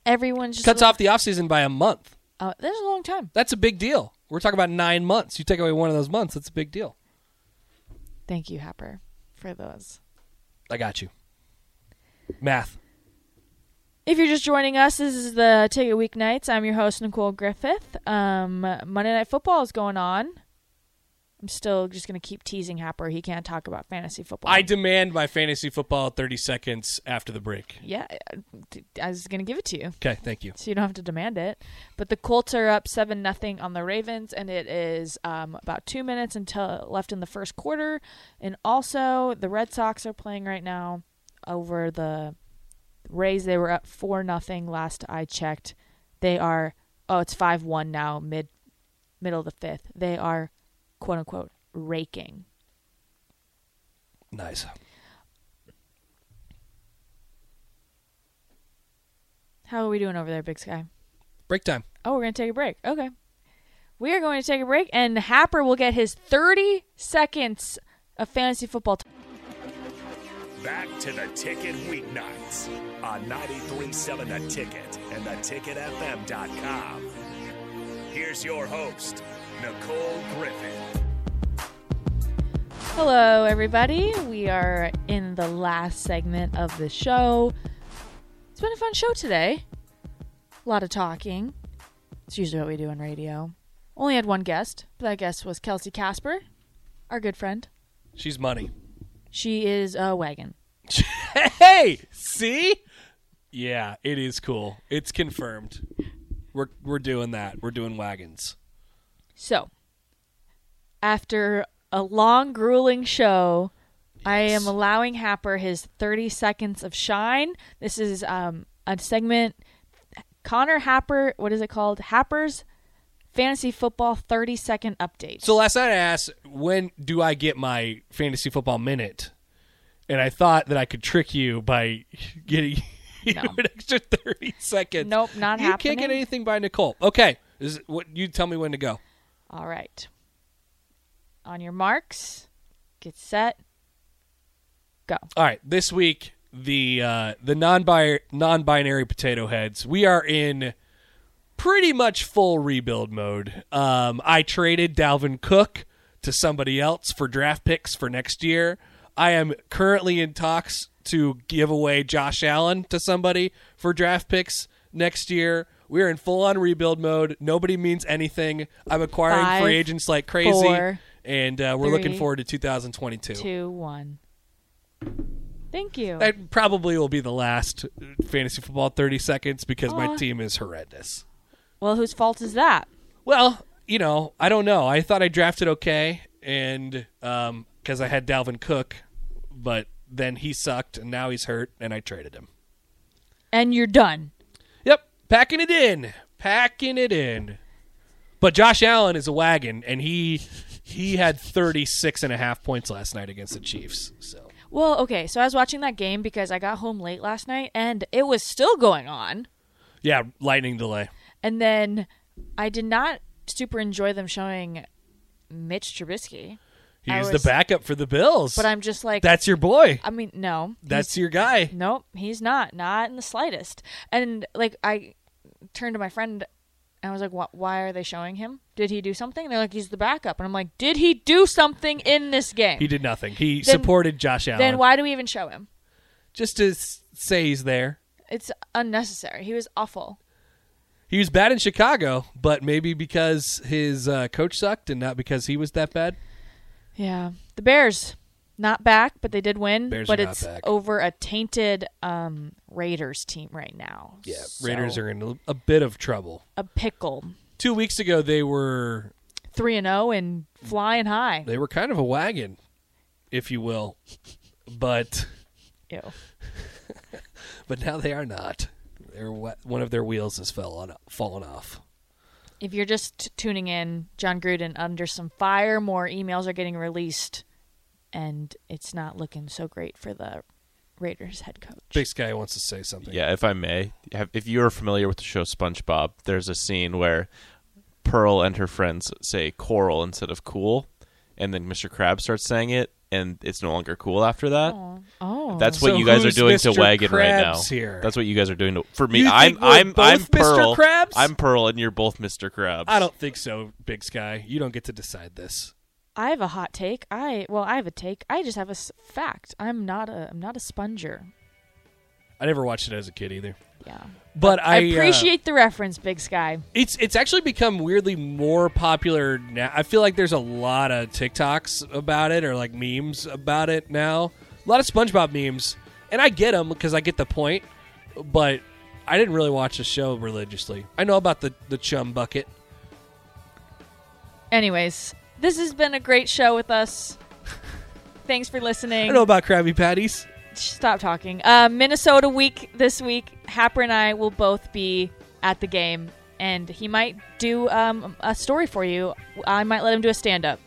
S4: Everyone's just
S6: Cuts
S4: like,
S6: off the offseason by a month.
S4: Uh, that's a long time.
S6: That's a big deal. We're talking about nine months. You take away one of those months, that's a big deal.
S4: Thank you, Happer, for those.
S6: I got you. Math.
S4: If you're just joining us, this is the Ticket Weeknights. I'm your host, Nicole Griffith. Um, Monday Night Football is going on. I'm still just going to keep teasing Happer. He can't talk about fantasy football.
S6: I demand my fantasy football 30 seconds after the break.
S4: Yeah, I- I was going to give it to you,
S6: Okay, thank you.
S4: so you don't have to demand it. But the Colts are up 7 nothing on the Ravens, and it is um, about two minutes until left in the first quarter. And also, the Red Sox are playing right now over the Rays. They were up four nothing last I checked. They are oh, it's five one now, mid middle of the fifth. They are quote unquote raking.
S6: Nice.
S4: How are we doing over there, Big Sky?
S6: Break time.
S4: Oh, we're gonna take a break. Okay. We are going to take a break and Happer will get his thirty seconds of fantasy football time.
S2: Back to the ticket weeknights on 937 The Ticket and theticketfm.com. Here's your host, Nicole Griffin.
S4: Hello everybody. We are in the last segment of the show. It's been a fun show today. A lot of talking. It's usually what we do on radio. Only had one guest, but that guest was Kelsey Casper, our good friend.
S6: She's money.
S4: She is a wagon.
S6: hey, see? Yeah, it is cool. It's confirmed. We're we're doing that. We're doing wagons.
S4: So, after a long, grueling show, I am allowing Happer his 30 seconds of shine. This is um, a segment. Connor Happer, what is it called? Happer's Fantasy Football 30 Second Update.
S6: So last night I asked, when do I get my fantasy football minute? And I thought that I could trick you by getting you an extra 30 seconds.
S4: Nope, not
S6: you can't get
S4: happening.
S6: anything by Nicole. Okay. Is what you tell me when to go.
S4: All right. On your marks, get set, go.
S6: All right, this week the uh, the non non binary potato heads. We are in pretty much full rebuild mode. Um, I traded Dalvin Cook to somebody else for draft picks for next year. I am currently in talks to give away Josh Allen to somebody for draft picks next year. We're in full on rebuild mode. Nobody means anything. I'm acquiring
S4: Five,
S6: free agents like crazy,
S4: four,
S6: and uh, we're looking
S4: three,
S6: forward to 2022.
S4: Two, one. Thank you.
S6: That probably will be the last fantasy football 30 seconds because my
S4: Aw.
S6: team is horrendous.
S4: Well, whose fault is that?
S6: Well, you know, I don't know. I thought I drafted okay, and because I had Dalvin Cook, but then he sucked, and now he's hurt, and I traded him.
S4: And you're done.
S6: Yep, packing it in, packing it in. But Josh Allen is a wagon, and he he had 36 and a half points last night against the Chiefs. So
S4: Well, okay, so I was watching that game because I got home late last night and it was still going on.
S6: yeah, lightning delay.
S4: And then I did not super enjoy them showing Mitch Trubisky. I
S6: He's
S4: was-
S6: the backup for the Bills.
S4: But I'm just like
S6: That's your boy.
S4: I mean, no.
S6: That's your guy.
S4: Nope, he's not. Not in the slightest. And like I turned to my friend and I was like, "Wh- "Why are they showing him? Did he do something?" And they're like, "He's the backup." And I'm like, "Did he do something in this game?"
S6: He did nothing. He
S4: Then-
S6: supported Josh Allen.
S4: Then why do we even show him?
S6: Just to s- say he's there.
S4: It's unnecessary. He was awful.
S6: He was bad in Chicago, but maybe because his uh, coach sucked and not because he was that bad.
S4: Yeah. The Bears not back, but they did win,
S6: Bears
S4: but
S6: are not
S4: it's
S6: back.
S4: over a tainted um, Raiders team right now. Yeah,
S6: Raiders are in a- a bit of trouble.
S4: a pickle.
S6: Two weeks ago, they were
S4: 3 and 0 and flying high.
S6: they were kind of a wagon, if you will, but
S4: Ew.
S6: but now they are not. They're wa- one of their wheels has fell on, fallen off.
S4: If you're just t- tuning in, John Gruden under some fire. More emails are getting released, and it's not looking so great for the Raiders head coach.
S6: Big Sky wants to say something.
S7: Yeah, if I may, have, if you're familiar with the show SpongeBob, there's a scene where Pearl and her friends say coral instead of cool, and then Mr. Crab starts saying it, and it's no longer cool after that.
S4: Oh,
S7: That's what
S6: So
S7: you guys are
S6: who's
S7: doing to
S6: Mr.
S7: Wagon right now.
S6: Krabs here?
S7: That's what you guys are doing to, for
S6: You
S7: me.
S6: think
S7: I'm
S6: we're
S7: I'm I'm
S6: both Mr.
S7: Pearl.
S6: Krabs?
S7: I'm Pearl, and you're both Mr. Krabs.
S6: I don't think so, Big Sky. You don't get to decide this.
S4: I have a hot take. I well, I have a take. I just have a s- fact. I'm not a I'm not a sponger.
S6: I never watched it as a kid either.
S4: Yeah,
S6: But
S4: I,
S6: I, uh,
S4: appreciate the reference, Big Sky.
S6: It's it's actually become weirdly more popular now. I feel like there's a lot of TikToks about it or like memes about it now. A lot of SpongeBob memes, and I get them because I get the point. But I didn't really watch the show religiously. I know about the the chum bucket.
S4: Anyways, this has been a great show with us. Thanks for listening.
S6: I know about Krabby Patties.
S4: Stop talking. Uh, Minnesota week this week. Happer and I will both be at the game, and he might do um, a story for you. I might let him do a stand up.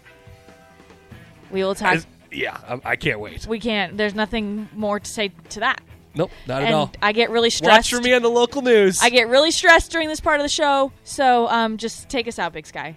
S4: We will talk.
S6: As- yeah, I, I can't wait.
S4: we can't. There's nothing more to say to that.
S6: Nope, not at
S4: and
S6: all.
S4: I get really
S6: Watch
S4: stressed.
S6: for me on the local news.
S4: I get really stressed during this part of the show. So um, just take us out, Big Sky.